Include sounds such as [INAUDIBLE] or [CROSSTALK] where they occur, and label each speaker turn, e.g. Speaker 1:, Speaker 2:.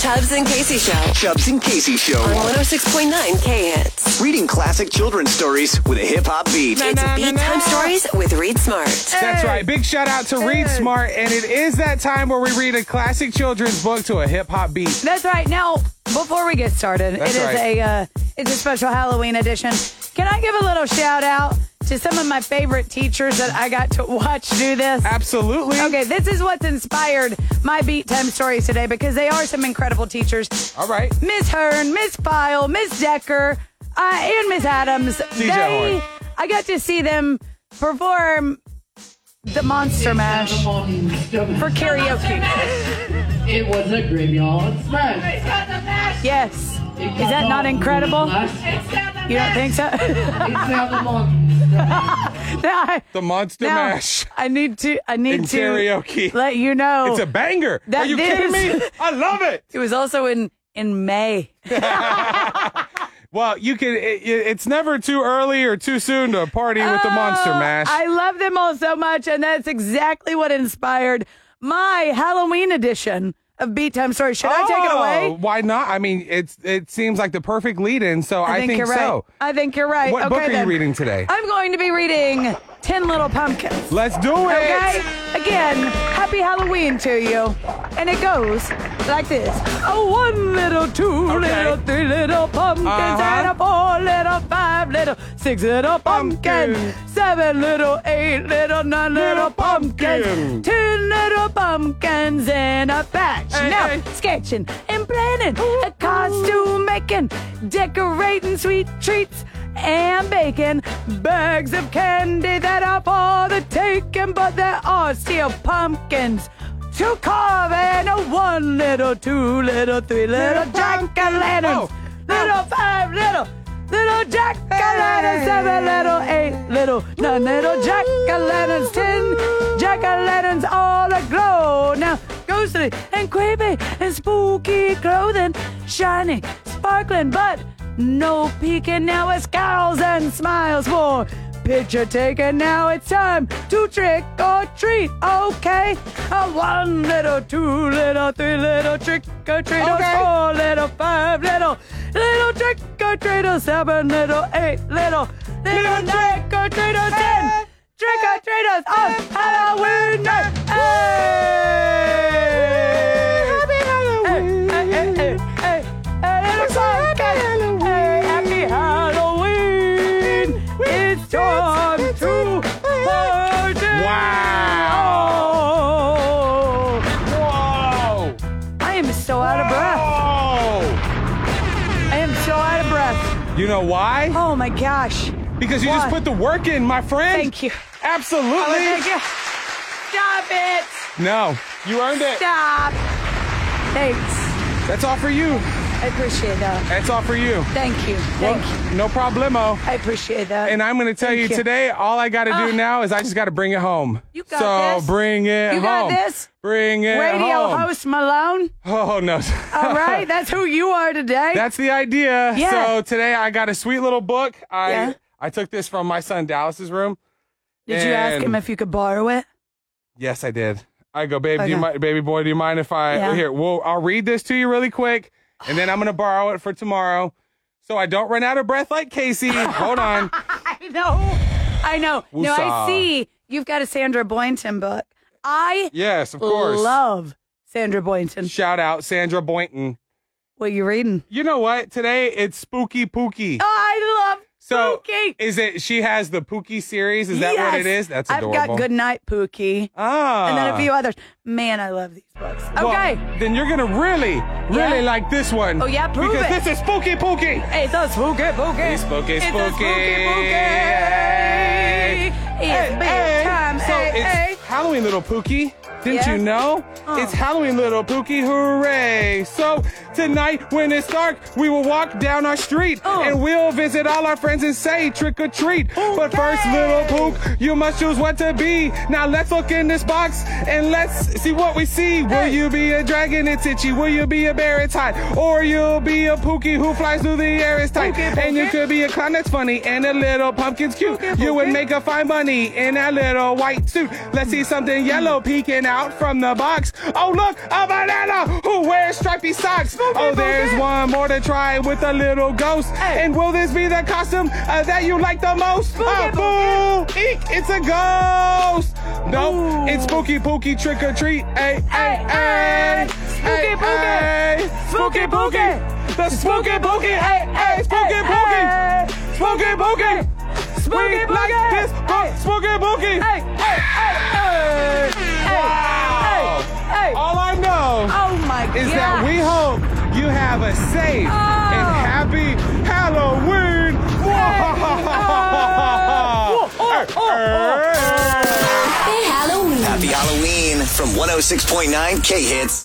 Speaker 1: Tubbs and Casey Show oh
Speaker 2: Chubbs and Casey
Speaker 1: on
Speaker 2: Show.
Speaker 1: 106.9 K Hits.
Speaker 2: Reading classic children's stories with a hip hop beat.
Speaker 1: It's
Speaker 3: na,
Speaker 1: Beat
Speaker 3: na,
Speaker 1: Time
Speaker 3: na.
Speaker 1: Stories with Reed Smart.
Speaker 3: That's
Speaker 4: Hey.
Speaker 3: right. Big shout out to Read
Speaker 4: Hey.
Speaker 3: Smart. And it is that time where we read a classic children's book to a hip hop beat.
Speaker 4: That's right. Now, before we get started,
Speaker 3: That's
Speaker 4: it is
Speaker 3: right.
Speaker 4: a uh, it's a special Halloween edition. Can I give a little shout out to some of my favorite teachers that I got to [LAUGHS] watch do this?
Speaker 3: Absolutely.
Speaker 4: Okay, this is what's inspired my beat time stories today because they are some incredible teachers.
Speaker 3: All right.
Speaker 4: Miss Hearn, Miss Pyle, Miss Decker, uh, and Miss Adams. they,
Speaker 3: Horn.
Speaker 4: I got to see them perform the Monster Mash for karaoke.
Speaker 5: It was a graveyard smash.
Speaker 4: Yes. Is that not incredible? You don't think so? [LAUGHS]
Speaker 5: It sounded like
Speaker 4: now, I,
Speaker 3: The Monster
Speaker 4: now,
Speaker 3: Mash
Speaker 4: I need to. I need
Speaker 3: in
Speaker 4: to
Speaker 3: karaoke.
Speaker 4: let you know.
Speaker 3: It's a banger. Are
Speaker 4: oh. That
Speaker 3: you kidding
Speaker 4: is- [LAUGHS]
Speaker 3: me? I love it.
Speaker 4: it was also in in May.
Speaker 3: Well, you can. It, it- it's never too early or too soon to party with the Monster
Speaker 4: Oh,
Speaker 3: Mash.
Speaker 4: I love them all so much, and that's exactly what inspired my Halloween edition of Beat Time Story. Should I take it
Speaker 3: Oh,
Speaker 4: away?
Speaker 3: Why not? I mean, it's it seems like the perfect lead-in. So I,
Speaker 4: you're right.
Speaker 3: so.
Speaker 4: I think you're right.
Speaker 3: What
Speaker 4: okay,
Speaker 3: book are you
Speaker 4: then.
Speaker 3: reading today?
Speaker 4: I'm going to be reading Ten Little Pumpkins.
Speaker 3: Let's do it.
Speaker 4: Okay? Again, happy Halloween to you. And it goes like this. A one little, two
Speaker 3: Okay.
Speaker 4: little, three little pumpkins,
Speaker 3: Uh-huh.
Speaker 4: and a four little, five little, six little pumpkins,
Speaker 3: Pumpkin.
Speaker 4: seven little, eight little, nine little,
Speaker 3: Little
Speaker 4: pumpkins,
Speaker 3: pumpkin.
Speaker 4: ten little pumpkins in a batch.
Speaker 3: Hey,
Speaker 4: now,
Speaker 3: hey.
Speaker 4: sketching and planning, a costume making, decorating sweet treats and baking, bags of candy that are for the taking, but there are still pumpkins. To carve and a one little, two little, three little
Speaker 3: Little
Speaker 4: jack o' lanterns,
Speaker 3: pumpkin. Oh.
Speaker 4: little five little, little jack o' lanterns, seven little, eight little, nine little jack o' lanterns, ten jack o' lanterns all aglow. Now, ghostly and creepy and spooky clothing, shining, sparkling, but no peeking. Now it's scowls and smiles for picture taken. Now it's time to trick or treat, okay? A one little, two little, three little trick or treaters,
Speaker 3: Okay.
Speaker 4: four little, five little, little trick or treaters, seven little, eight little, little trick or treaters, ten. Trick or treaters on Halloween night. Hey! Happy Halloween. Hey, hey, hey, hey, hey, little pumpkin. Hey, happy Halloween. It's time to party.
Speaker 3: Wow. Whoa.
Speaker 4: I am so out of breath.
Speaker 3: breath.
Speaker 4: I am so out of breath.
Speaker 3: You know why?
Speaker 4: Oh my gosh.
Speaker 3: Because you just
Speaker 4: Why?
Speaker 3: put the work in, my friend.
Speaker 4: Thank you.
Speaker 3: Absolutely.
Speaker 4: Oh, thank you. Stop it.
Speaker 3: No, you earned it.
Speaker 4: Stop. Thanks.
Speaker 3: That's all for you.
Speaker 4: I appreciate that.
Speaker 3: That's all for you.
Speaker 4: Thank you. Thank you.
Speaker 3: No problemo.
Speaker 4: I appreciate that.
Speaker 3: And I'm going to tell
Speaker 4: Thank
Speaker 3: you,
Speaker 4: you.
Speaker 3: today, all I got to do
Speaker 4: Ah.
Speaker 3: now is I just got to bring it home.
Speaker 4: You got
Speaker 3: so
Speaker 4: this.
Speaker 3: bring it
Speaker 4: You got
Speaker 3: home.
Speaker 4: this.
Speaker 3: Bring it
Speaker 4: Radio
Speaker 3: home.
Speaker 4: host Malone.
Speaker 3: Oh, no.
Speaker 4: All
Speaker 3: [LAUGHS]
Speaker 4: right, that's who you are today.
Speaker 3: That's the idea.
Speaker 4: Yeah.
Speaker 3: So today I got a sweet little book. I
Speaker 4: Yeah.
Speaker 3: I took this from my son Dallas's room.
Speaker 4: Did you ask him
Speaker 3: and-
Speaker 4: if you could borrow it?
Speaker 3: Yes, I did. I go, babe, do you
Speaker 4: Okay.
Speaker 3: mind, baby boy, do you mind if I
Speaker 4: Yeah.
Speaker 3: here? Well, I'll read this to you really quick, and then I'm gonna borrow it for tomorrow, so I don't run out of breath like Casey. Hold
Speaker 4: [LAUGHS]
Speaker 3: on.
Speaker 4: [LAUGHS] I know. I know. No,
Speaker 3: Woosah.
Speaker 4: I see. You've got a Sandra Boynton book. I
Speaker 3: Yes, of course.
Speaker 4: love Sandra Boynton.
Speaker 3: Shout out Sandra Boynton.
Speaker 4: What are you reading?
Speaker 3: You know what? Today it's spooky pooky.
Speaker 4: Oh, I love
Speaker 3: so
Speaker 4: Pookie.
Speaker 3: is it? She has the pooky series. Is that what it
Speaker 4: Yes.
Speaker 3: is? That's adorable.
Speaker 4: I've got Good Night Pookie
Speaker 3: Ah.
Speaker 4: and then a few others. Man, I love these books.
Speaker 3: Well,
Speaker 4: Okay.
Speaker 3: then you're gonna really, really
Speaker 4: Yeah.
Speaker 3: like this one.
Speaker 4: Oh, yeah, prove
Speaker 3: because
Speaker 4: it.
Speaker 3: this is spooky pooky.
Speaker 4: It's a spooky pooky.
Speaker 3: It's spooky,
Speaker 4: It's a
Speaker 3: spooky.
Speaker 4: spooky
Speaker 3: Hey,
Speaker 4: pooky. It's big
Speaker 3: hey.
Speaker 4: time.
Speaker 3: So
Speaker 4: hey,
Speaker 3: it's
Speaker 4: hey.
Speaker 3: Halloween, little Pookie. Didn't
Speaker 4: Yeah.
Speaker 3: you know? It's Halloween, little Pookie. Hooray! So tonight, when it's dark, we will walk down our street
Speaker 4: Oh.
Speaker 3: and we'll visit all our friends and say trick or treat. But first, little Pook, you must choose what to be. Now let's look in this box and let's see what we see. Will
Speaker 4: Hey.
Speaker 3: you be a dragon? It's itchy. Will you be a bear? It's hot. Or you'll be a Pookie who flies through the air. It's tight.
Speaker 4: Pookie,
Speaker 3: And you
Speaker 4: Pookie.
Speaker 3: could be a clown that's funny and a little pumpkin's cute.
Speaker 4: Pookie,
Speaker 3: You would
Speaker 4: Pookie.
Speaker 3: make a fine bunny in a little white suit. Let's see something yellow peeking out from the box. Oh, look, a banana who wears stripes stripy socks. oh, there's one more to try with a little ghost. And will this be the costume uh, that you like the most? Ah, boo! Eek! It's a ghost. No, it's spooky pooky trick or treat. Hey, hey, hey!
Speaker 4: Spooky pooky.
Speaker 3: hey.
Speaker 4: Spooky pooky.
Speaker 3: The spooky pooky. Hey, hey! Spooky pooky. Spooky pooky.
Speaker 4: Spooky
Speaker 3: We like
Speaker 4: pooky.
Speaker 3: this book. Spooky pooky.
Speaker 4: Hey, hey, hey, hey, hey,
Speaker 3: Wow.
Speaker 4: hey, hey.
Speaker 3: All I know
Speaker 4: Oh my god.
Speaker 3: is that we hope you have a safe and
Speaker 4: Oh.
Speaker 3: happy Halloween. [LAUGHS]
Speaker 4: Oh, oh, oh, oh.
Speaker 2: oh Happy Halloween from 106.9 K Hits.